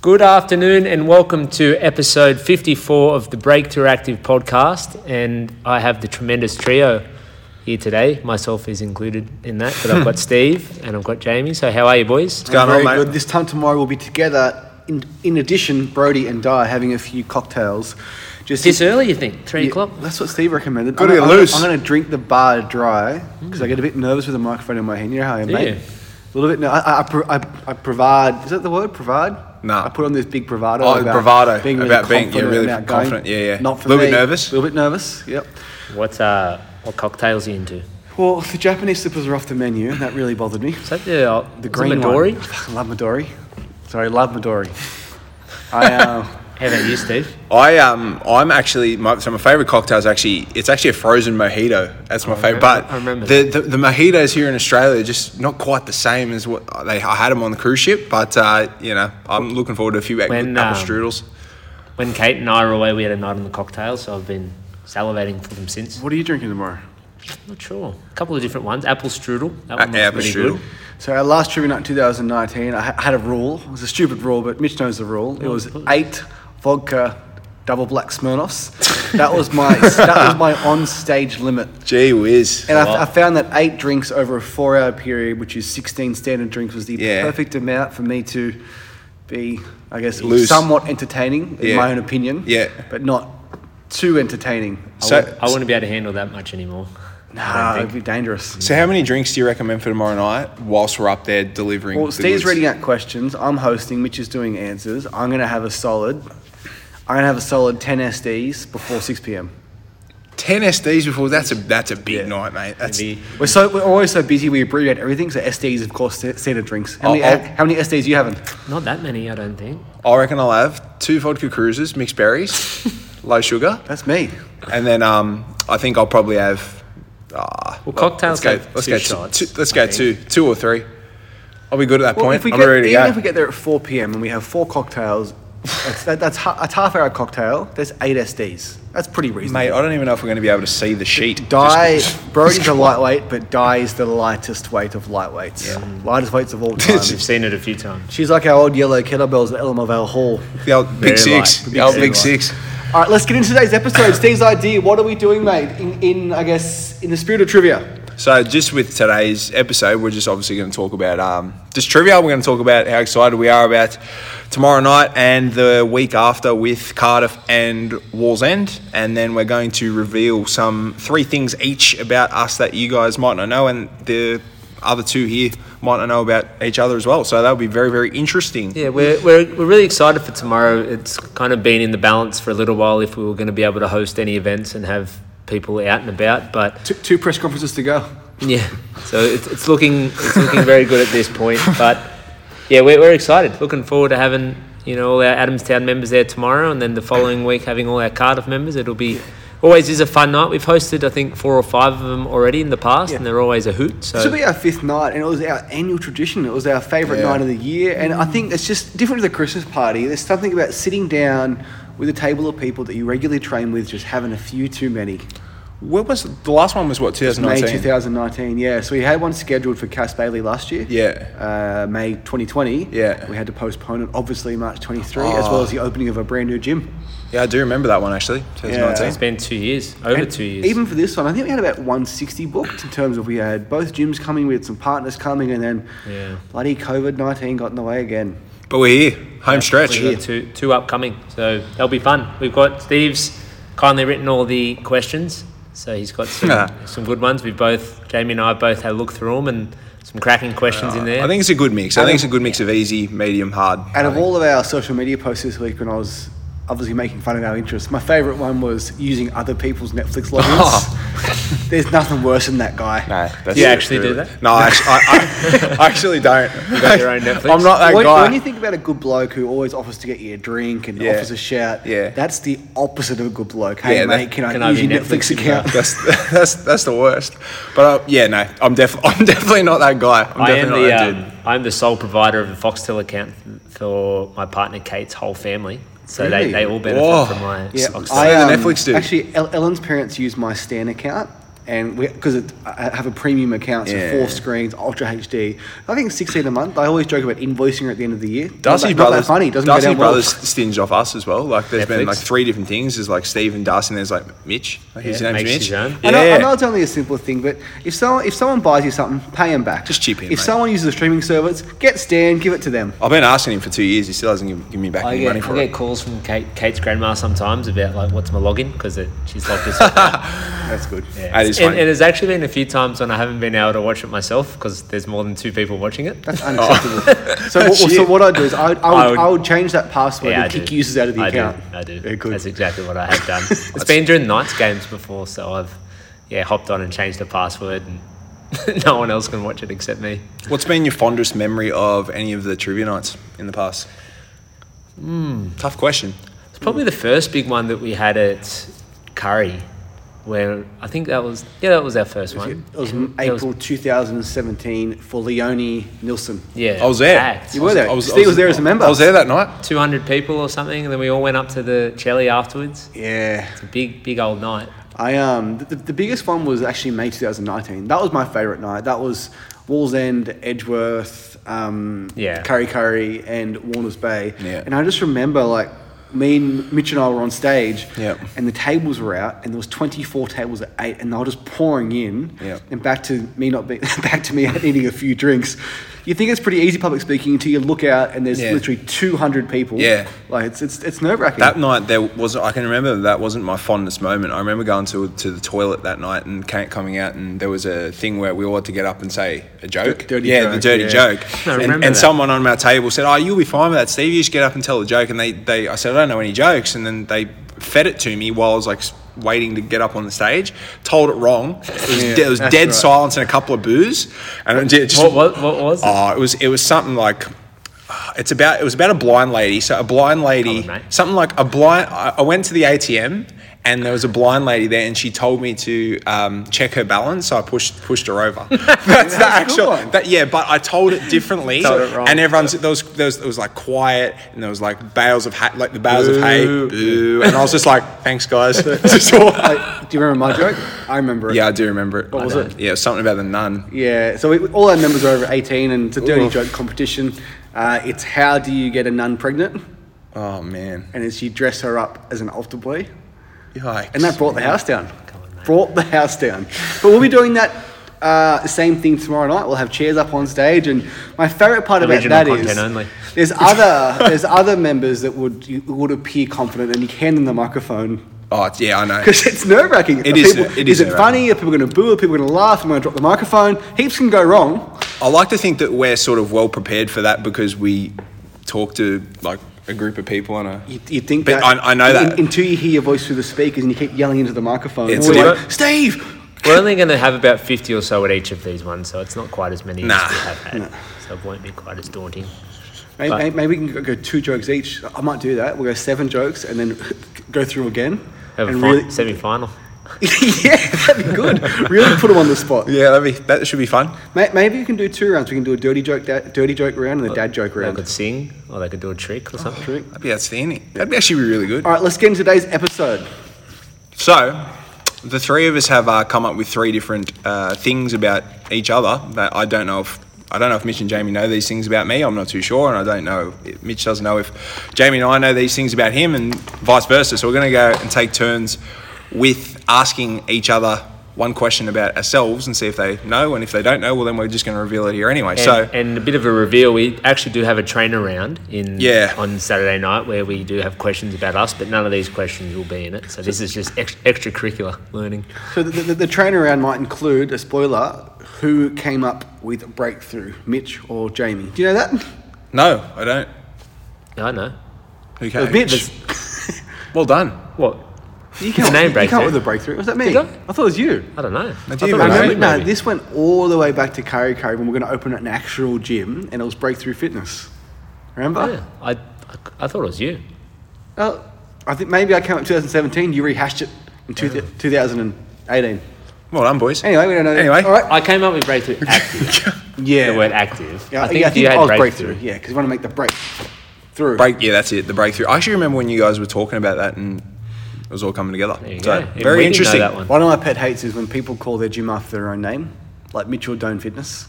Good afternoon and welcome to episode 54 of the Breakthrough Active podcast. And I have the tremendous trio here today. Myself is included in that, but I've got Steve and I've got Jamie. So, how are you, boys? What's going Very on, mate? good. This time tomorrow we'll be together. In, in addition, Brody and Di are having a few cocktails. Just This early, you think? Three Yeah, o'clock? That's what Steve recommended. Gotta I'm get gonna- I'm loose. gonna- I'm going to drink the bar dry because I get a bit nervous with a microphone in my hand. You know how I am, Do you? mate. A little bit. No, I, I, I, pro- I, I provide. Is that the word? Provide. Nah. I put on this big bravado. Oh, about bravado, Being really about being- yeah, confident, really and outgoing. confident, yeah, yeah. Not for Little bit me. nervous? A little bit nervous. Yep. What, uh, what cocktails are you into? Well, the Japanese slippers are off the menu, and that really bothered me. Is that the, uh, The is it green Midori? One. I fucking love Midori. Sorry, love Midori. I uh, How about you, Steve? I um I'm actually my so my favorite cocktail is actually it's actually a frozen mojito. That's my remember- favorite. But Oh, I remember the, the the mojitos here in Australia are just not quite the same as what they I had them on the cruise ship. But uh, you know I'm looking forward to a few When, when, apple um, strudels. When Kate and I were away, we had a night on the cocktails, so I've been salivating for them since. what are you drinking tomorrow? Not sure. A couple of different ones. Apple strudel. That A- one looks Uh, apple pretty strudel. good. So our last trivia night in 2019, I ha- had a rule. It was a stupid rule, but Mitch knows the rule. It was eight vodka double black Smirnoffs. That was my that was my on-stage limit. Gee whiz. And I, I found that eight drinks over a four-hour period, which is 16 standard drinks, was the Yeah. perfect amount for me to be, I guess, Loose. somewhat entertaining in Yeah. my own opinion. Yeah. but not too entertaining. I So- wouldn't- I wouldn't be able to handle that much anymore. Nah, Ah, it'd be dangerous. so how many drinks do you recommend for tomorrow night whilst we're up there delivering? Well, the Steve's goods? reading out questions. I'm hosting. Mitch is doing answers. I'm gonna have a solid. I'm gonna have a solid 10 SDs before 6 p.m. ten SDs before. That's a that's a big night, mate. That's Maybe We're so we're always so busy. We abbreviate everything. So SDs, of course, sta- standard drinks. How many, I'll- how many SDs you having? not that many, I don't think. I reckon I'll have two vodka cruises, mixed berries, low sugar. That's me. And then um, I think I'll probably have. Uh, Well, cocktails Let's go. have Let's two go. shots, two, let's I go think. two, two or three. I'll be good at that Well, point. if we I'm get, ready to even go. if we get there at 4 p.m. and we have four cocktails, that's, that, that's ha- a half hour cocktail. There's eight SDs. That's pretty reasonable. Mate, I don't even know if we're going to be able to see the sheet. Di, Just- Brody's a lightweight, but Di is the lightest weight of lightweights. Lightest weights of all time. We've seen it a few times. She's like our old yellow kettlebells at Elmervale Hall. the old Very big six. light. The old Big big six. six. All right, let's get into today's episode. Steve's idea. What are we doing, mate? In, in I guess, in the spirit of trivia. So, just with today's episode, we're just obviously going to talk about um, just trivia. We're going to talk about how excited we are about tomorrow night and the week after with Cardiff and Wallsend. And then we're going to reveal some three things each about us that you guys might not know, and the other two here might not know about each other as well. So, that'll be very, very interesting. Yeah, we're, we're, we're really excited for tomorrow. It's kind of been in the balance for a little while if we were going to be able to host any events and have people out and about. But Two, two press conferences to go. yeah, so it's, it's looking it's looking very good at this point. But yeah, we're, we're excited. Looking forward to having you know all our Adamstown members there tomorrow, and then the following week having all our Cardiff members. It'll be. Always is a fun night. We've hosted, I think, four or five of them already in the past, and they're always a hoot. So This will be our fifth night, and it was our annual tradition. It was our favourite Yeah. night of the year, and I think it's just different to the Christmas party. There's something about sitting down with a table of people that you regularly train with, just having a few too many. What was the last one? Was what May 2019? 2019, yeah. So we had one scheduled for Cass Bailey last year. Yeah. Uh, May 2020. Yeah. We had to postpone it, obviously, March 23, as Ah. well as the opening of a brand new gym. Yeah, I do remember that one actually. 2019. it's been two years, over And two years. Even for this one, I think we had about 160 booked in terms of we had both gyms coming, we had some partners coming, and then Yeah. bloody COVID 19 got in the way again. But we're here, home stretch. We've got two, two upcoming, so they'll be fun. We've got Steve's kindly written all the questions, so he's got some, Nah. some good ones. We both, Jamie and I, both had a look through them and some cracking questions in there. I think it's a good mix. I think it's a good mix of easy, medium, hard. Out I of think. all of our social media posts this week, when I was obviously making fun of our interests, my favourite one was using other people's Netflix Oh. logins. There's nothing worse than that guy. No, that's Do you actually do that? No, I, actu- I, I, I actually don't. You got your own Netflix? I'm not that when, guy. when you think about a good bloke who always offers to get you a drink and Yeah. offers a shout, Yeah. that's the opposite of a good bloke. Hey, Yeah, that- mate, can I can I use be your Netflix, Netflix account? that's that's that's the worst. But uh, yeah, no, I'm definitely I'm definitely not that guy. I'm I am definitely the not that dude. um, I'm the sole provider of a Foxtel account for my partner Kate's whole family, so Really? they, they all benefit Whoa. from my Yeah, um, Foxtel. I- the Netflix dude. Actually, El- Ellen's parents use my Stan account. and because I have a premium account, so Yeah. four screens, ultra HD. I think sixteen a month. I always joke about invoicing her at the end of the year. Not Darcy that- not that Brothers. funny. It Doesn't go Darcy down well. Brothers stinged off us as well. Like there's been Netflix. like three different things. There's like Steve and Darcy, and there's like Mitch. Like, his Yeah, name's makes Mitch. his own. I, know, I Yeah. know it's only a simple thing, but if someone if someone buys you something, pay them back. Just chip in, If mate. someone uses a streaming service, get Stan, give it to them. I've been asking him for two years. He still hasn't given, given me back I any get, money I for get it. calls from Kate, Kate's grandma sometimes about like what's my login because she's logged this. or that. That's good. That is and, funny. and there's actually been a few times when I haven't been able to watch it myself because there's more than two people watching it. That's unacceptable. so, what, so Shit. what I do is I would, I would, I Oh. I would, would- change that password Yeah, I and kick do. users out of the I account. Do. I do. Yeah, good. That's exactly what I have done. it's been during nights games before, so I've yeah hopped on and changed the password, and no one else can watch it except me. What's been your fondest memory of any of the trivia nights in the past? Hmm. Tough question. It's probably the first big one that we had at Curry, where I think that was yeah that was our first one. It was And it was- April 2017 for Leonie Nilsson. yeah, I was there. You were there. I was- I Steve was, was- there as a member. I was there that night. Two hundred people or something, and then we all went up to the Chelly afterwards. Yeah. It's a big big old night. I um the, the biggest one was actually May 2019. That was my favorite night. That was Wallsend, Edgeworth, um, Yeah. Curry Curry, and Warners Bay. Yeah. And I just remember like me and Mitch and I were on stage. Yep. And the tables were out, and there was 24 tables at eight, and they were just pouring in. Yep. And back to me not being back to me needing a few drinks. You think it's pretty easy public speaking until you look out and there's Yeah. literally 200 people. Yeah. Like it's it's it's nerve wracking. That night there was I can remember that wasn't my fondest moment. I remember going to to the toilet that night and ca- coming out and there was a thing where we all had to get up and say a joke. dirty yeah, the joke, dirty yeah. joke. I and remember and that. someone on our table said, "Oh, you'll be fine with that, Steve. You just get up and tell the joke." And they they I said, "I don't know any jokes." And then they fed it to me while I was like s- waiting to get up on the stage. Told it wrong. It was, Yeah, there was that's dead right. silence and a couple of boos. And it just What what, what was it? Oh, it was it was something like it's about it was about a blind lady. So a blind lady, Come on, mate. something like a blind. I I went to the ATM and there was a blind lady there, and she told me to um, check her balance. So I pushed pushed her over. That's, the a good actual. one. That, yeah, but I told it differently, Told it wrong. and everyone's there was, there was there was like quiet, and there was like bales of hay, like the bales of hay, Boo. boo, and I was just like, thanks guys. Just all- Like, do you remember my joke? I remember it. yeah, I do remember it. What was it? Yeah, was something about the nun. Yeah, so we, all our members are over 18 and it's a dirty Oof. joke competition. Uh, it's how do you get a nun pregnant? Oh man, And it's you dress her up as an altar boy. yikes! And that brought the house down. Brought the house down. But we'll be doing that uh, same thing tomorrow night. We'll have chairs up on stage. And my favourite part about Original that is content only. there's other there's other members that would you would appear confident and you hand them the microphone oh it's- yeah, I know. because it's nerve wracking. It is ner- it Is is it nerve-wracking. funny? Are people going to boo? Are people going to laugh? Am I going to drop the microphone? Heaps can go wrong. I like to think that we're sort of well prepared for that because we talk to like a group of people on a. You, you think But that, I- I know in- that- until you hear your voice through the speakers and you keep yelling into the microphone. It's and we're like- like, Steve. We're only going to have about 50 or so at each of these ones, so it's not quite as many Nah. as we have had. So it won't be quite as daunting. Maybe, But- maybe we can go- go two jokes each. I might do that. We'll go seven jokes and then go through again. Have a and fin- really, semi final. yeah, that'd be good. really put them on the spot. Yeah, that'd be, that should be fun. May Maybe you can do two rounds. We can do a dirty joke, da- dirty joke round, and a dad joke They round. could sing, or they could do a trick or something. Trick. That'd be outstanding. That'd be actually be really good. All right, let's get into today's episode. So, the three of us have uh, come up with three different uh, things about each other that I don't know if I don't know if Mitch and Jamie know these things about me. I'm not too sure, and I don't know if Mitch doesn't know if Jamie and I know these things about him, and vice versa. So we're going to go and take turns with asking each other one question about ourselves and see if they know, and if they don't know, well then we're just going to reveal it here anyway. And, so and a bit of a reveal, we actually do have a trainer round in Yeah. on Saturday night where we do have questions about us, but none of these questions will be in it. So this is just ex- extracurricular learning. So the, the, the train around might include a spoiler. Who came up with breakthrough, Mitch or Jamie? Do you know that? no, I don't. Yeah, I know. Okay, Mitch. well done. What? You The can't, name you can't breakthrough. with a breakthrough. Was that me? Did I? thought it was you. I don't know. I do you thought I it was Right. remember, you, no, maybe. this went all the way back to Curry Curry when we are going to open an actual gym, and it was Breakthrough Fitness. Remember? Oh, Yeah, I, I, I thought it was you. Oh, I think maybe I came up 2017. You rehashed it in two, 2018. Well done, boys. Anyway, we don't know. Anyway. all right. I came up with breakthrough active. Yeah. The word active. Yeah, I think yeah, I think you had I was breakthrough. breakthrough. Yeah, because you want to make the break through. Break. Yeah, that's it. The breakthrough. I actually remember when you guys were talking about that, and it was all coming together. There you so go. Even very we didn't know interesting. that one. One of my pet hates is when people call their gym after their own name, like Mitchell Doan Fitness.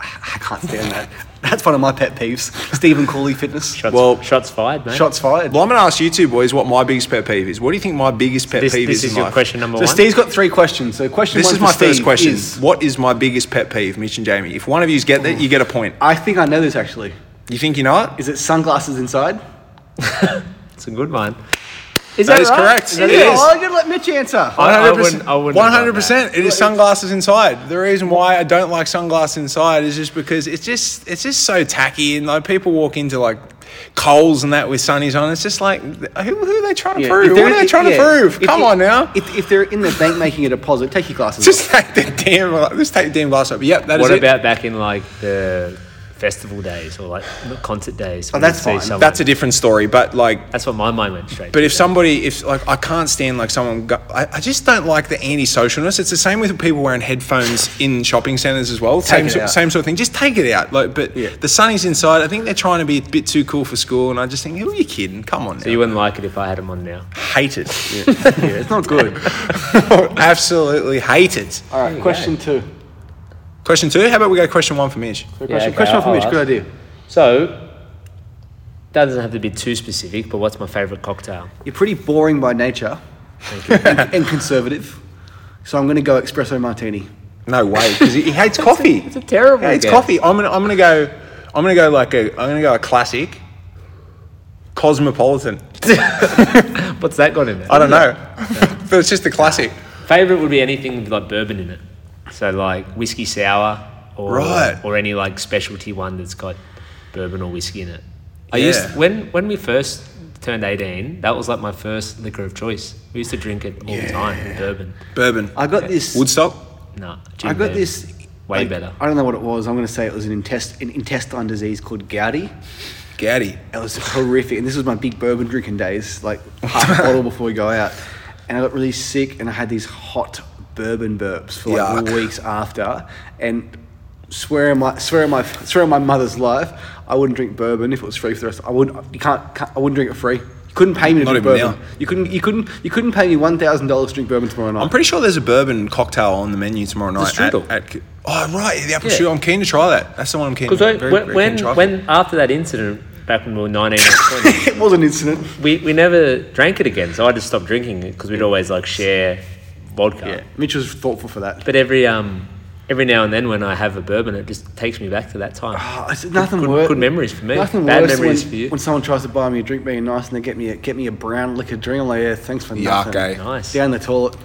I I can't stand that. That's one of my pet peeves. Stephen Cooley Fitness. Shots, Well- shots fired, mate. Shots fired. Well, I'm going to ask you two boys what my biggest pet peeve is. What do you think my biggest pet this, peeve this is is in your life? question number So one. Steve's got three questions. So question This one is for my first Steve question. is- What is my biggest pet peeve, Mitch and Jamie? If one of you get that, you get a point. I think I know this actually. You think you know it? Is it sunglasses inside? It's a good one. Is That is right? correct. that It right? is. Oh, I'm gonna let Mitch answer. I- wouldn't- I wouldn't have done 100%. It is sunglasses inside. The reason why I don't like sunglasses inside is just because it's just it's just so tacky and like people walk into like Coles and that with sunnies on. It's just like who, who are they trying to Yeah, prove? if What they're- are they trying to yeah, prove? if- Come if- on now. If, if they're in the bank making a deposit, take your glasses off. Just take the damn just take the damn glass up. Yep, that is What it. about back in like the festival days or like not concert days? when that's you'd see fine. someone- Oh, That's a different story, but like That's what my mind went straight. But to, if yeah. somebody, if like I can't stand like someone, go, I, I just don't like the antisocialness. It's the same with people wearing headphones in shopping centres as well. Same it sort, out. same sort of thing. Just take it out. Like, but Yeah. the sunny's inside. I think they're trying to be a bit too cool for school, and I just think, who are you kidding? Come on, so you wouldn't like it if I had them on now. hate it. yeah, it's not good. Absolutely hate it. All right, question two. Question two. How about we go question one for Mitch? So question, Yeah, okay, question one for I'll Mitch. ask. Good idea. So that doesn't have to be too specific. But what's my favourite cocktail? You're pretty boring by nature and, and conservative, so I'm going to go espresso martini. No way, because he, he hates coffee. It's a terrible. Yeah, it's guess. coffee. I'm gonna, I'm gonna go. I'm gonna go like a. I'm gonna go a classic. Cosmopolitan. What's that got in it? I don't know, but it's just a classic. Favorite would be anything with like bourbon in it. So like whiskey sour or Right. or any like specialty one that's got bourbon or whiskey in it. I Yeah. used when when we first turned eighteen, that was like my first liquor of choice. We used to drink it all the time, bourbon. Bourbon. I got this. Woodstock. Nah, Jim I got Beam. this. way like, better. I don't know what it was. I'm going to say it was an, intest, an intestine disease called Gowdy. Gowdy. It was horrific. And this was my big bourbon drinking days, like half a bottle before we go out. And I got really sick and I had these hot bourbon burps for like Yuck. weeks after. And swear on my swear on my swear on my mother's life, I wouldn't drink bourbon if it was free for the rest. I wouldn't you can't, can't I wouldn't drink it free. You couldn't pay me to Not drink even bourbon. now. You couldn't you couldn't you couldn't pay me one thousand dollars to drink bourbon tomorrow night. I'm pretty sure there's a bourbon cocktail on the menu tomorrow night. at- strudel. At, oh right, the apple Yeah. strudel. I'm keen to try that. That's the one I'm keen. Because when very, very keen when, to try. when after that incident back when we were nineteen or twenty, it was an incident. we, we never drank it again. So I just stopped drinking it because we'd always like share vodka. Yeah. Mitch was thoughtful for that. But every um every now and then when I have a bourbon, it just takes me back to that time. Oh, Ah. it's nothing good- wor- good memories for me. Nothing Bad worse memories when, for you. When someone tries to buy me a drink, being nice, and they get me a, get me a brown liquor drink, I'm like, yeah, thanks for nothing. eh? Nice. Down the toilet,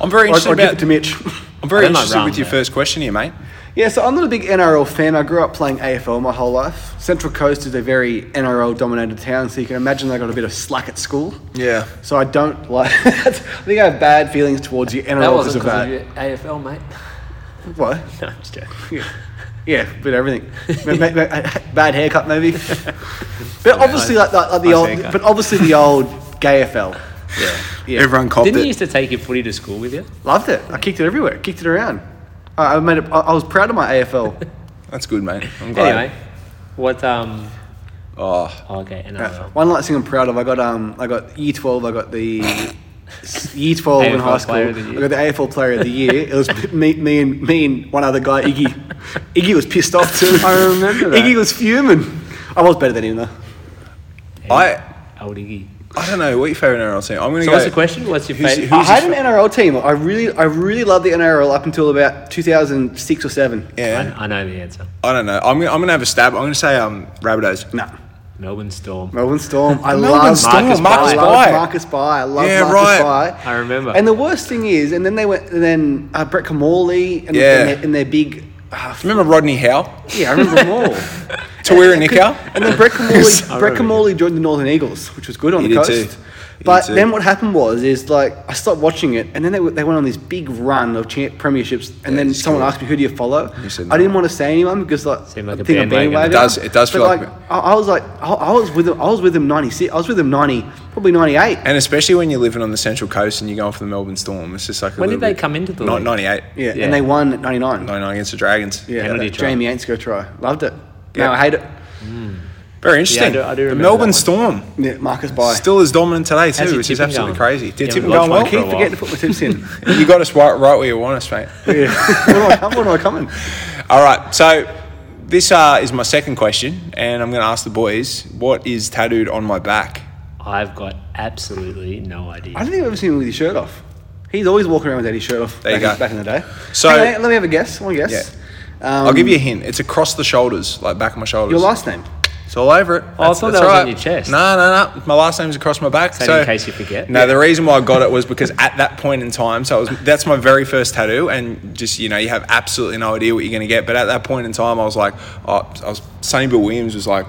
I'm very or, interested or give about. it to Mitch. I'm very I don't like interested rum, with your though. first question here, mate. yeah, so I'm not a big NRL fan. I grew up playing AFL my whole life. Central Coast is a very NRL-dominated town, so you can imagine they got a bit of slack at school. Yeah. So I don't like. I think I have bad feelings towards the NRL because of that. AFL, mate. What? No, I'm just joking. Yeah, but everything. Ma- ma- ma- uh, bad haircut, maybe. But obviously, like, like, like the nice old. haircut. But obviously, the old gay FL. Yeah. Yeah. Everyone copped Didn't it. you used to take your footy to school with you? Loved it. I kicked it everywhere. Kicked it around. I, I made it. I, I was proud of my AFL. That's good, mate. I'm glad. Anyway, what um? Oh, Oh, okay, NRL. One last thing I'm proud of. I got um. I got year twelve. I got the s- year twelve AFL in high school. Player I of the Year. got the AFL Player of the Year. It was me, me and me and one other guy, Iggy. Iggy was pissed off too. I remember that. Iggy was fuming. I was better than him though. I Old Iggy. I don't know what your favorite NRL team. I'm gonna So go. what's the question? What's your Who's- favorite? who's- I had an your NRL team. I really, I really loved the NRL up until about 2006 or seven. Yeah. I, I know the answer. I don't know. I'm gonna, I'm gonna have a stab. I'm gonna say um Rabbitohs. No, Melbourne Storm. Melbourne Storm. I Melbourne love Storm, Marcus, Marcus Marcus By. I love By. Marcus By. I love Yeah, Marcus right. By. I remember. And the worst thing is, and then they went, and then uh, Brett Kamali and, Yeah. and, their, and their big. Uh, Remember Rodney Howe, yeah, I remember them all. Tawira Nikau? And then Brett Kamali, I Brett remember. Kamali joined the Northern Eagles, which was good on He the did coast. too. He But did too. then what happened was, is like I stopped watching it, and then they, w- they went on this big run of cha- premierships, and then it's someone cool. asked me, "Who do you follow?" You said I didn't no. want to say anyone because like, Seemed like I a think I'm bandwagon. bandwagon. It does- it does But, feel like a- I, I was like I, I was with them. I was with them ninety six. I was with them ninety, probably ninety eight. and especially when you're living on the Central Coast and you're going for the Melbourne Storm, it's just like a When did little they bit- come into the Not league? 98. Yeah, Yeah. and they won at ninety nine. 99 against the Dragons. Yeah, Penalty that try. Jamie Aints go try. Loved it. Yeah. No, I hate it. Very interesting. do- I do the remember Melbourne that one. Storm Yeah, Marcus by. still is dominant today your too, which is tipping absolutely going? crazy. Did Yeah, tipping we lost going well? I for a keep while. forgetting to put my tips in. you got us right, right where you want us, mate. yeah. When do I come? When do I come in? All right, so this uh, is my second question, and I'm going to ask the boys, what is tattooed on my back? I've got absolutely no idea. I don't think I've ever seen him with his shirt off. He's always walking around without his shirt off. There you back, in- go. back in the day. So- Hang on, let me have a guess. One guess. Um, I'll give you a hint. It's across the shoulders, like back of my shoulders. your last name. It's all over it. Oh, I thought that was on your chest. No, no, no. My last name's across my back. Same so in case you forget. No, the reason why I got it was because at that point in time, so it was, that's my very first tattoo, and just you know, you have absolutely no idea what you're gonna get. But at that point in time, I was like, oh, I was Sonny Bill Williams was like.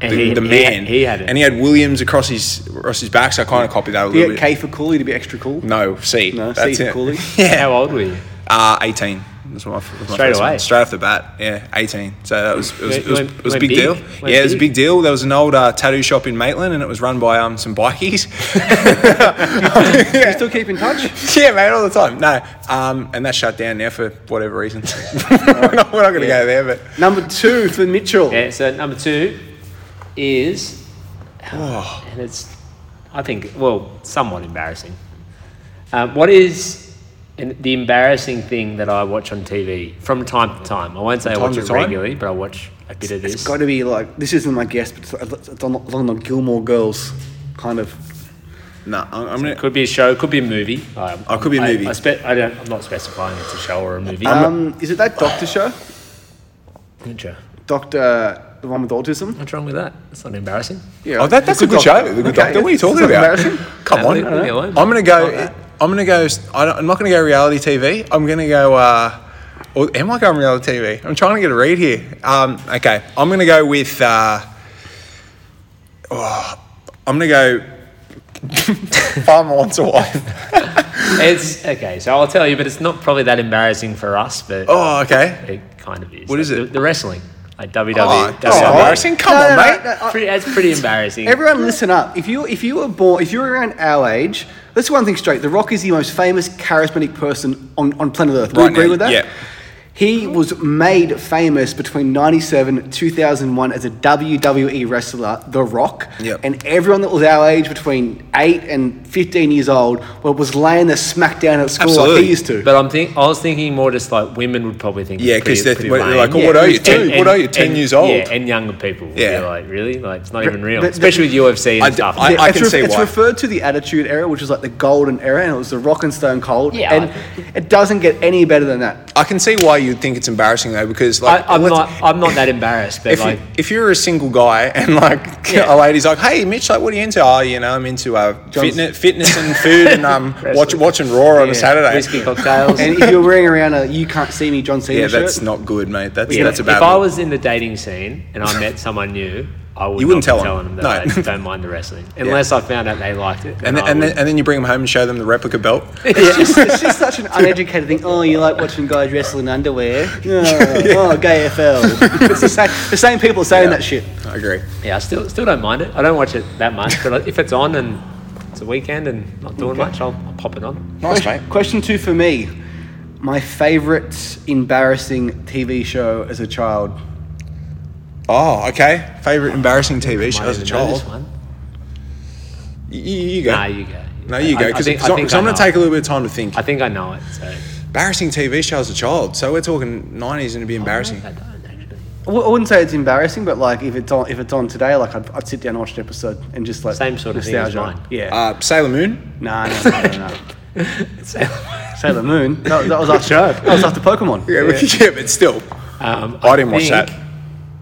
The, And he- the he man, had- he had it. and he had Williams across his across his back, so I kind of copied that a Do you little get bit. K for Cooley to be extra cool? no, C. No, C that's for it. Cooley. yeah, How old were you? uh, 18. That's what my, was my Straight first away. one. Straight off the bat. Yeah, 18. So that was, it was, it was, Went- it was a went big, big. deal. Went yeah, it was a big. big deal. There was an old uh, tattoo shop in Maitland and it was run by um, some bikies. You still keep in touch? yeah, mate, all the time. No. Um, and that's shut down now for whatever reason. we're not, we're not going to go there, but. Number two for Mitchell. Yeah, so number two is, Oh. and it's, I think, well, somewhat embarrassing. Um, what is an, the embarrassing thing that I watch on TV from time to time? I won't say I watch to it time? regularly, but I watch a bit of this. It's got to be like this isn't my guess, but it's, it's on- along the Gilmore Girls kind of. No, I'm, I'm going to. could be a show, could be a movie. Um, Oh, could be a I- movie. I, spe- I don't, I'm not specifying it's a show or a movie. Um, is it that doctor show? Gotcha. Doctor, the one with autism. What's wrong with that? That's not embarrassing. Yeah. Oh, that, that's a Good good Doctor. show. The good Okay, doctor. What are you it's- talking it's not about? embarrassing. Come No, on. leave me alone. I'm gonna go. I'm gonna go. I don't, I'm not gonna go reality TV. I'm gonna go. Uh, or am I going reality TV? I'm trying to get a read here. Um, okay, I'm gonna go with. Uh, oh, I'm gonna go. Farmer wants a wife. It's okay, so I'll tell you, but it's not probably that embarrassing for us, but Oh, okay. it kind of is. What is Like, it? The, the wrestling, like E, WWE. Oh, that's WWE. embarrassing. Come No, on, no, no, mate. no, I- Pretty, that's pretty embarrassing. Everyone, listen up. If you if you were born, if you were around our age, let's get one thing straight. The Rock is the most famous, charismatic person on, on planet Earth. Do you Right now, agree with that? yeah. He was made famous between 97 2001 as a WWE wrestler, The Rock. Yep. And everyone that was our age between 8 and 15 years old well, was laying the smack down at school like Absolutely. he used to. But I'm think I was thinking more just like women would probably think. it's Yeah, 'cause pretty- they're- pretty they're lame. like, "Oh, what are you, And- two? What and- are you, 10 and- years old?" Yeah, and younger people. would be Yeah. like really, like it's not even But- real, but- especially with UFC and I d- stuff. I- it's can see it's why. referred to the Attitude Era, which is like the golden era, and it was the Rock and Stone Cold. Yeah, and it doesn't get any better than that. I can see why you'd think it's embarrassing though, because I, like I'm let's- not. I'm not that embarrassed, but if, like. you, if you're a single guy and like Yeah. a lady's like, hey Mitch, like what are you into? Oh, you know, I'm into uh, John's- fitness, fitness and food and um, watch, Wrestling. watching Raw on a Saturday. Whiskey cocktails. And if you're wearing around a "You Can't See Me" John Cena Yeah, shirt, that's not good, mate. That's Yeah, that's a bad. If I look. was in the dating scene and I met someone new, I would not You wouldn't be tell 'em. telling them that No. I don't mind the wrestling, unless I found out they liked it. then and, then, I and, then, would. and then you bring them home and show them the replica belt. it's, just, it's just such an uneducated thing. Oh, you like watching guys wrestle in underwear? Oh, oh gay FL. It's the same, the same people saying that shit. I agree. yeah, I still still don't mind it. I don't watch it that much, but like, if it's on and it's a weekend and not doing much, I'll, I'll pop it on. Nice, mate. question, question two for me: my favorite embarrassing TV show as a child. Oh, okay. Favorite embarrassing TV show Might as a even know this child. one. You, you you go. Nah, you go. no, you go. I- I Because think- I I'm think going I to know take it. a little bit of time to think. I think I know it. So Embarrassing TV show as a child. So we're talking 90s and it'd be embarrassing. I don't actually. I wou- I wouldn't say it's embarrassing, but like if it's on, if it's on today, like I'd, I'd sit down and watch an episode and just like Same sort of thing as mine. Yeah. Uh, Sailor Moon. Nah, no, no, no, no. Sailor Moon. That, that was after That was after Pokemon. Yeah, yeah. but still. Um, I didn't watch think that.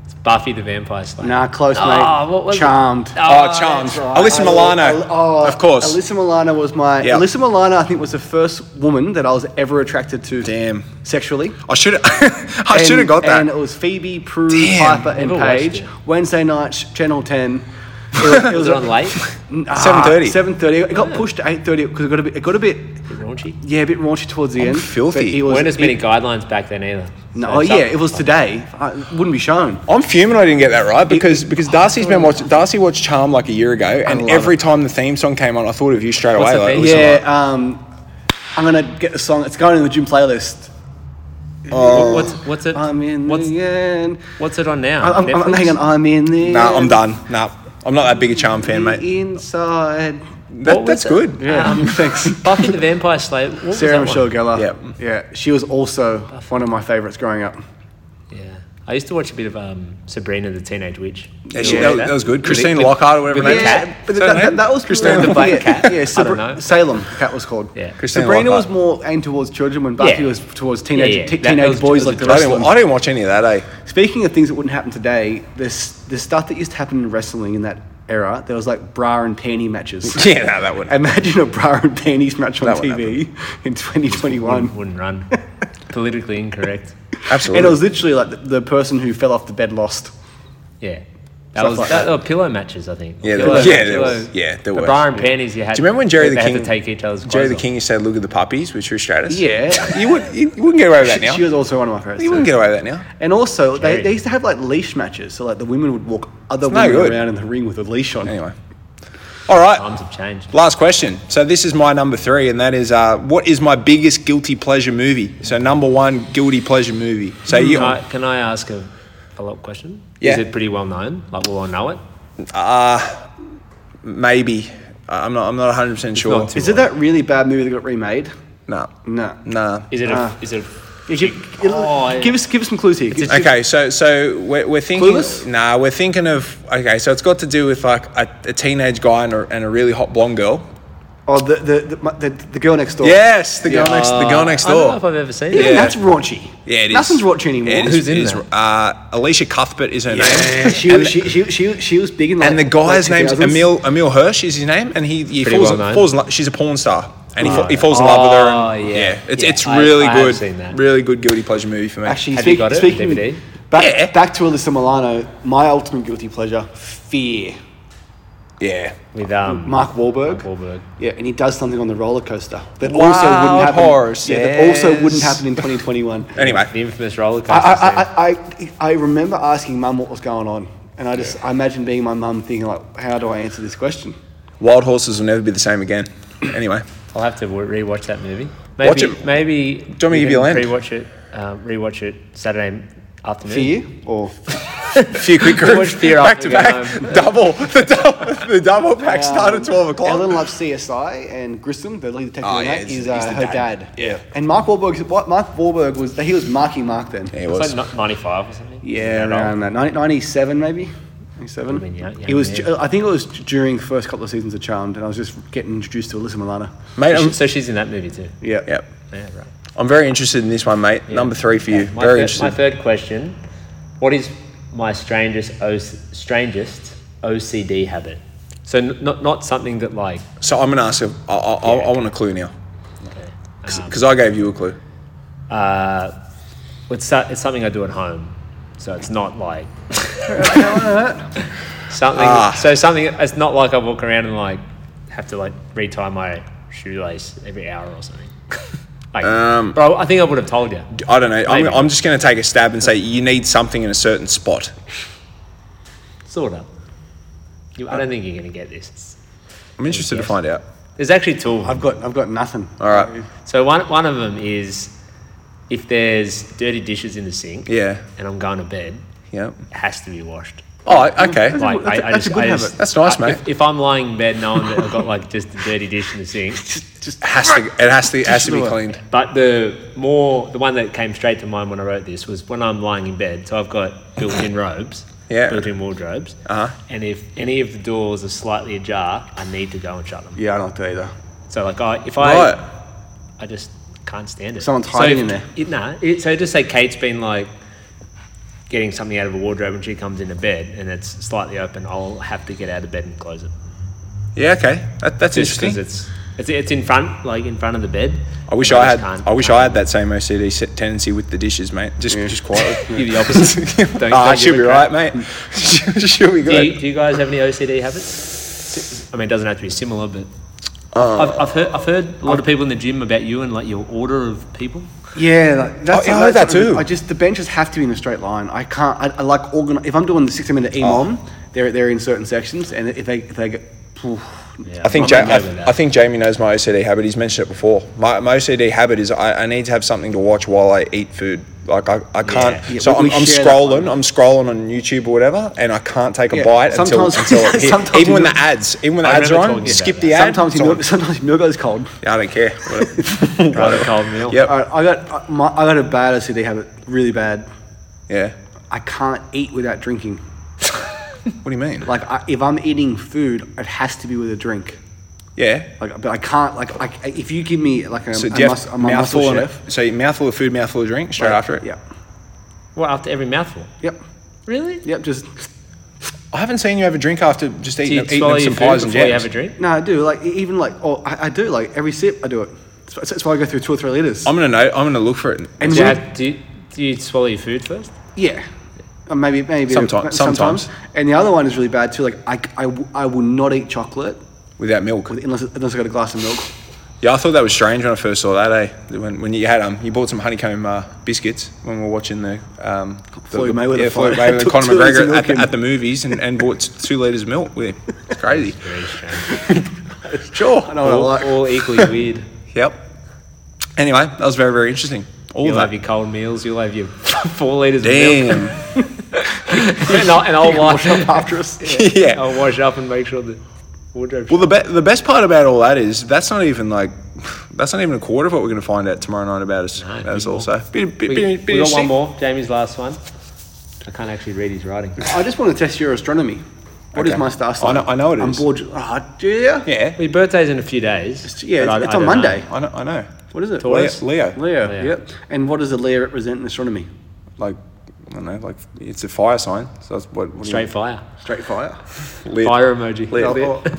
It's Buffy the Vampire Slayer. Nah, close, mate. Ah, what was it? Charmed. Oh, Charmed. that's right. Alyssa Milano. oh, of course. Alyssa Milano was my. Yeah. Alyssa Milano, I think, was the first woman that I was ever attracted to. Damn. Sexually. I should I should have And- got that. And it was Phoebe, Prue, Damn. Piper, and Never watched Paige. it. Wednesday nights, Channel 10. It was, ah, Was it on late? Seven thirty. Seven thirty. It got pushed to eight thirty because it got a bit. It got a bit. Raunchy. Yeah, a bit raunchy towards the end. but filthy. It was, weren't as many it- guidelines back then either. no, So oh, some- yeah, it was today. I, it wouldn't be shown. I'm fuming I didn't get that right because because Darcy's been watching Darcy watched Charm like a year ago and love every time the theme song came on I thought of you straight What's away. the theme Like, it was song? Yeah, um, I'm gonna get the song. It's going in the gym playlist. What- what's what's it? I'm in what's the end. what's it on now? I- Um, I'm, I'm, Netflix? hang on, I'm in the Nah, I'm end. done. Nah, I'm not that big a charm fan, mate. The Inside. That, was that's it? good. Yeah, Um, thanks. Buffy the Vampire Slayer. What was Sarah that Michelle one? Gellar. Yep. Yeah, she was also one of my favorites growing up. Yeah, I used to watch a bit of um, Sabrina the Teenage Witch. Yeah, she- You that, aware of that was good. With Christine the- Lockhart or whatever with the her name cat. is. but Is that, her that, name? that was Christina cool. the Black yeah, Cat? Yeah, I Sabri- don't know. Salem, cat was called. Yeah. Christina Sabrina Lockhart. was more aimed towards children when Buffy Yeah. was towards teenage, Yeah, yeah. t- That- that teenage was- boys that was like the a I rest didn't, of wa- them. I didn't watch any of that, eh? Speaking of things that wouldn't happen today, this the stuff that used to happen in wrestling in that era, there was like bra and panty matches. Yeah, no, that wouldn't. Imagine a bra and panties match on That would TV in 2021. Wouldn't, wouldn't run. Politically incorrect. Absolutely. And it was literally like the, the person who fell off the bed lost. Yeah. That Stuff was like that, that. were pillow matches, I think. Yeah, there pillow, was- yeah, there was- yeah, there the were. bar and panties you had. Do you remember when Jerry they the had King- to take each other's Jerry the clothes King used to say, "Look at the puppies" with True Stratus. Yeah. you would. You, you wouldn't get away with that She, now. she was also one of my favorites. you too. wouldn't get away with that now. And also, they, Scary. they used to have like leash matches. So, like, the women would walk other no women good. around in the ring with a leash on. Anyway, all right. on. Times have changed. Last question. So this is my number three, and that is, uh, what is my biggest guilty pleasure movie? So number one guilty pleasure movie. So you, Can Mm, I, can I ask a follow up question? Yeah. Is it pretty well known? Like, we all know it? maybe. Uh, I'm not. I'm not 100 percent sure. not too- Is it that really bad movie that got remade? No. No. Nah. Is it a. Ah. is it a. Give, Oh, give us, give us some clues here. a- Okay, so so we're, we're thinking. Clueless? Nah, we're thinking of. Okay, so it's got to do with like a, a teenage guy and a, and a really hot blonde girl. oh, the, the, the, my- the, the girl next door. Yes, the girl next. The girl next I don't know door. if I've ever seen Even it. that's raunchy. Yeah, it is. Nothing's raunchy anymore. Yeah, it is- Who's in it is, that? Uh, Alicia Cuthbert is her name. she, was- she, she, she, she was big in like And Oh, the guy's late name's 2000s. Emil Emil Hirsch is his name, and he, he Pretty falls, well known. falls in love. She's a porn star, and he, fa- he falls in love with her. Oh, And, yeah. yeah. it's Yeah, it's I- really I have good, seen that. really good guilty pleasure movie for me. Actually, Have speak, you got it on speaking DVD? Back, Yeah. back to Alyssa Milano, my ultimate guilty pleasure, fear. yeah, With um, Mark Wahlberg. Mark Wahlberg. Yeah, and he does something on the roller coaster that also Wild wouldn't happen. horse, yeah, that also wouldn't yes. happen in 2021. The Anyway, infamous roller coaster. I, I, scene. I, I, I remember asking mum what was going on, and I just I imagine being my mum thinking like, how do I answer this question? Wild Horses will never be the same again. Anyway, I'll have to wa- rewatch that movie. Maybe, Watch it. Maybe. Do you want me to give you a lend? Rewatch it. Um, rewatch it Saturday afternoon. Fear or a few quick groups Watch Fear back after to we go back, double the double the double pack start at Um, twelve o'clock. Ellen loves CSI, and Grissom, the lead detective, Oh, in yeah, that, he's- is uh, he's the her dad. dad. Yeah. and Mark Wahlberg. What Mark Wahlberg was he was marking Mark then? Yeah, it It's was. like not- 95 or something. Yeah, Isn't that around old? that. 90, 97 maybe? 97? Would've been young- it was, young, ju- I think it was during the first couple of seasons of Charmed, and I was just getting introduced to Alyssa Milano. Mate, I'm, She- So she's in that movie too. Yeah. yep. Yeah, right. I'm very interested in this one, mate. Number three for you. My, very third, interested. my third question: What is my strangest o- strangest OCD habit? So n- not not something that like So I'm gonna ask. you- I, I, I, I want a clue now, Um, because I gave you a clue. uh, it's so- it's something I do at home. So it's not like something. Ah. So something. It's not like I walk around and like have to like retie my shoelace every hour or something. like, Um, bro, I think I would have told you. I don't know. I'm, Maybe. I'm just going to take a stab and say you need something in a certain spot. Sort of. You, I don't think you're gonna get this. I'm interested to find out. There's actually two. of them. I've got, I've got nothing. All right. So one one of them is if there's dirty dishes in the sink, Yeah. and I'm going to bed, Yeah. it has to be washed. Oh, okay. Like that's a- I, I that's a just, good I habit. just- That's nice, I- mate. If, if I'm lying in bed knowing that I've got like just a dirty dish in the sink, Just, Has to. It has to. It has to be Just do it. cleaned. but the more the one that came straight to mind when I wrote this was when I'm lying in bed. So I've got built-in robes, Yeah. built-in wardrobes, Uh-huh. and if any of the doors are slightly ajar, I need to go and shut them. yeah, I don't do either. So like I if I Right. I just can't stand it. Someone's hiding if- in there. It, nah. It, so just say Kate's been like getting something out of a wardrobe and she comes into bed and it's slightly open. I'll have to get out of bed and close it. Yeah. Okay. That, that's Just because interesting. it's, it's it's in front, like in front of the bed. I wish And I had. just can't- I wish I had that same OCD se- tendency with the dishes, mate. Just, just quietly. You're the opposite. Don't- Ah, don't she'll give be a right, mate. she'll be Do you, good. do you guys have any OCD habits? I mean, it doesn't have to be similar, but. Uh, I've, I've heard I've heard a lot of people in the gym about you and like your order of people. Yeah, like, that's, yeah, I heard Oh, that too. I just the benches have to be in a straight line. I can't. I, I like organ. If I'm doing the 60 minute EMOM, Oh. they're they're in certain sections, and if they if they get, oof, I think I'm ja- not gonna go with I, that. I think Jamie knows my OCD habit. He's mentioned it before. My, my OCD habit is I, I need to have something to watch while I eat food. Like I, I can't. Yeah, so we- I'm, we I'm share that scrolling. I'm scrolling on YouTube or whatever, and I can't take a Yeah, bite until, sometimes- until it hit. sometimes even you when do- the ads, even when the I ads are remember talking on, to you skip about the ad. Sometimes it's your on. milk, sometimes your milk goes cold. Yeah, I don't care. Whatever. Right, a cold meal. yep. All right, I got my, I got a bad OCD habit, really bad. Yeah. I can't eat without drinking. What do you mean? Like I, if I'm eating food, it has to be with a drink. yeah. Like, but I can't. Like, I, if you give me like a, So a, do you mus- have a muscle mouthful and chef, a, so you mouthful of food, mouthful of drink, straight after it. Yep. Well, after every mouthful. Yep. Really? Yep. Just I haven't seen you have a drink after just Do eating, you eating swallow your some food pies before and you have jams. a drink? no, I do. Like e- even like oh, I, I do. Like every sip, I do it. That's, why- that's why I go through two or three liters. I'm gonna know. I'm gonna look for it. and Do you, we- have, do, you, do you swallow your food first? yeah, Uh, maybe maybe Sometime- ma- sometimes. And the other one is really bad too. Like I, c- I w- I will not eat chocolate Without milk. with- unless unless I got a glass of milk. Yeah, I thought that was strange when I first saw that. Eh, when, when you had um, you bought some honeycomb uh, biscuits when we were watching the um, the- Floyd the- Mayweather yeah, Floyd fight. Mayweather, Took Conor two litres of McGregor at milk the, in. at the movies, and, and bought two liters of milk with him. It's crazy. Very strange. sure. I know what I all, like. all equally weird. Yep. Anyway, that was very very interesting. All You'll have that. your cold meals. You'll have your four liters of milk, Damn. and I'll, and I'll wash Wash up up. after us. yeah. I'll wash up and make sure the wardrobe. Well, the be- the best part about all that is that's not even like that's not even a quarter of what we're going to find out tomorrow night about us. No, about bit us more. also. Bit, we, bit, bit, we bit got one interesting. more. Jamie's last one. I can't actually read his writing. I just want to test your astronomy. What is Okay. my star I sign? know- I know it it is. I'm is. bored. Ah, do you? Yeah. Your birthday's in a few days. Yeah, but I- it's, it's I on don't know. Monday. I know. I know. What is it? Taurus. Leo, Yes. Leo. Leo, Leo. Yep. And what does the Leo represent in astronomy? Like I don't know. Like it's a fire sign. So that's what. what do Straight fire. Straight fire. you, lit, Fire emoji. lit. Oh, lit.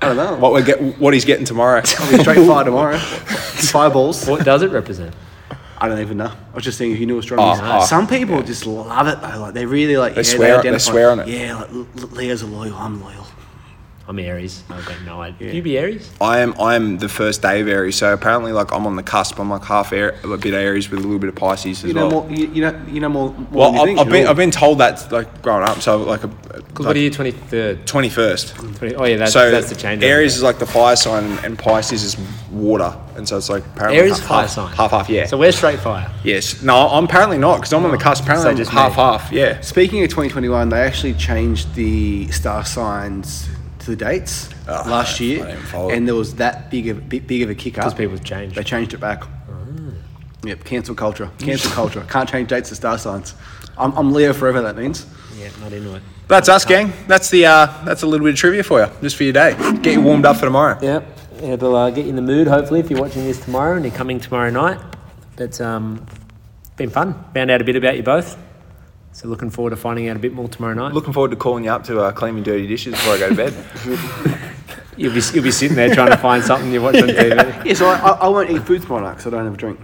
I don't know. What we get. What he's getting tomorrow. Probably straight fire tomorrow. Fireballs. What does it represent? I don't even know. I was just saying if you knew astronomy. Oh, oh, Some people just love it though. Like they really like. They yeah, swear- they identify- swear on it. Yeah, like, L- L- Leo's a loyal. I'm loyal. I'm Aries. I've got no idea. You be Aries? I am. I am the first day of Aries. So apparently, like I'm on the cusp. I'm like half Air, a bit Aries with a little bit of Pisces as You know well. more. You, you know. You know more. more well, than you I've, think. I've been. I've been told that like growing up. So like a. Because what are you, 23rd? Twenty first. 20, oh, yeah, that's, so that's the change. Aries is like the fire sign, and, and Pisces is water, and so it's like apparently Aries half, fire half- sign. half half yeah. So we're straight fire. yes, no, I'm apparently not because I'm on the cusp. Apparently, So I'm just half me. half. Yeah, Speaking of 2021, they actually changed the star signs to the dates Oh, last I year, didn't follow it. and there was that big of big, big of a kick up Because people changed. Oh. They changed it back. Yep, cancel culture. Cancel culture. Can't change dates to star signs. I'm, I'm Leo forever. That means. Yeah, not into it. that's us, gang. That's the uh, that's a little bit of trivia for you, just for your day. Get you warmed up for tomorrow. Yep. It'll uh, get you in the mood, hopefully, if you're watching this tomorrow and you're coming tomorrow night. But um, been fun. Found out a bit about you both. So looking forward to finding out a bit more tomorrow night. Looking forward to calling you up to uh, clean me dirty dishes before I go to bed. You'll be, you'll be sitting there trying to find something you watch on TV. Yeah, so I, I, I won't eat food tomorrow night because I don't have a drink.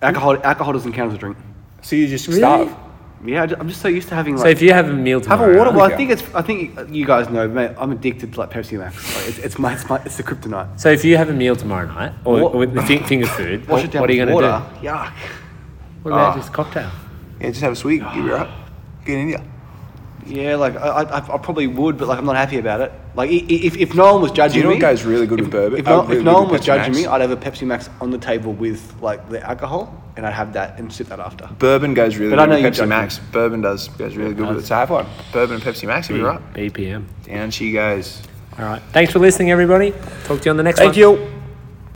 Alcohol, alcohol doesn't count as a drink. so you just Really? starve. Yeah, I ju- I'm just so used to having like. So if you have a meal have tomorrow, a water. night- Well, I think it's. I think you guys know, mate. I'm addicted to like Pepsi Max. Like, it's, it's my, it's my, it's the kryptonite. So if you have a meal tomorrow night, or, What- or with the thing, thing of food, Wash what, it down what are you with going to water. Yuck. do? What about Ah. just cocktail? Yeah, just have a sweet. Give her up. Get in here. Yeah, like I, I, I probably would, but like I'm not happy about it. Like i- i- if, if no one was judging you know me, what goes really good if, with bourbon? If no, Oh, really if no good one was with Pepsi judging Max. me, I'd have a Pepsi Max on the table with like the alcohol, and I'd have that and sip that after. Bourbon goes really But I good know with you Pepsi judge me. Max. Bourbon does goes really good with it. So have one. Bourbon and Pepsi Max, Mm. you'll be right. BPM. Down she goes. All right. Thanks for listening, everybody. Talk to you on the next one. Thank you.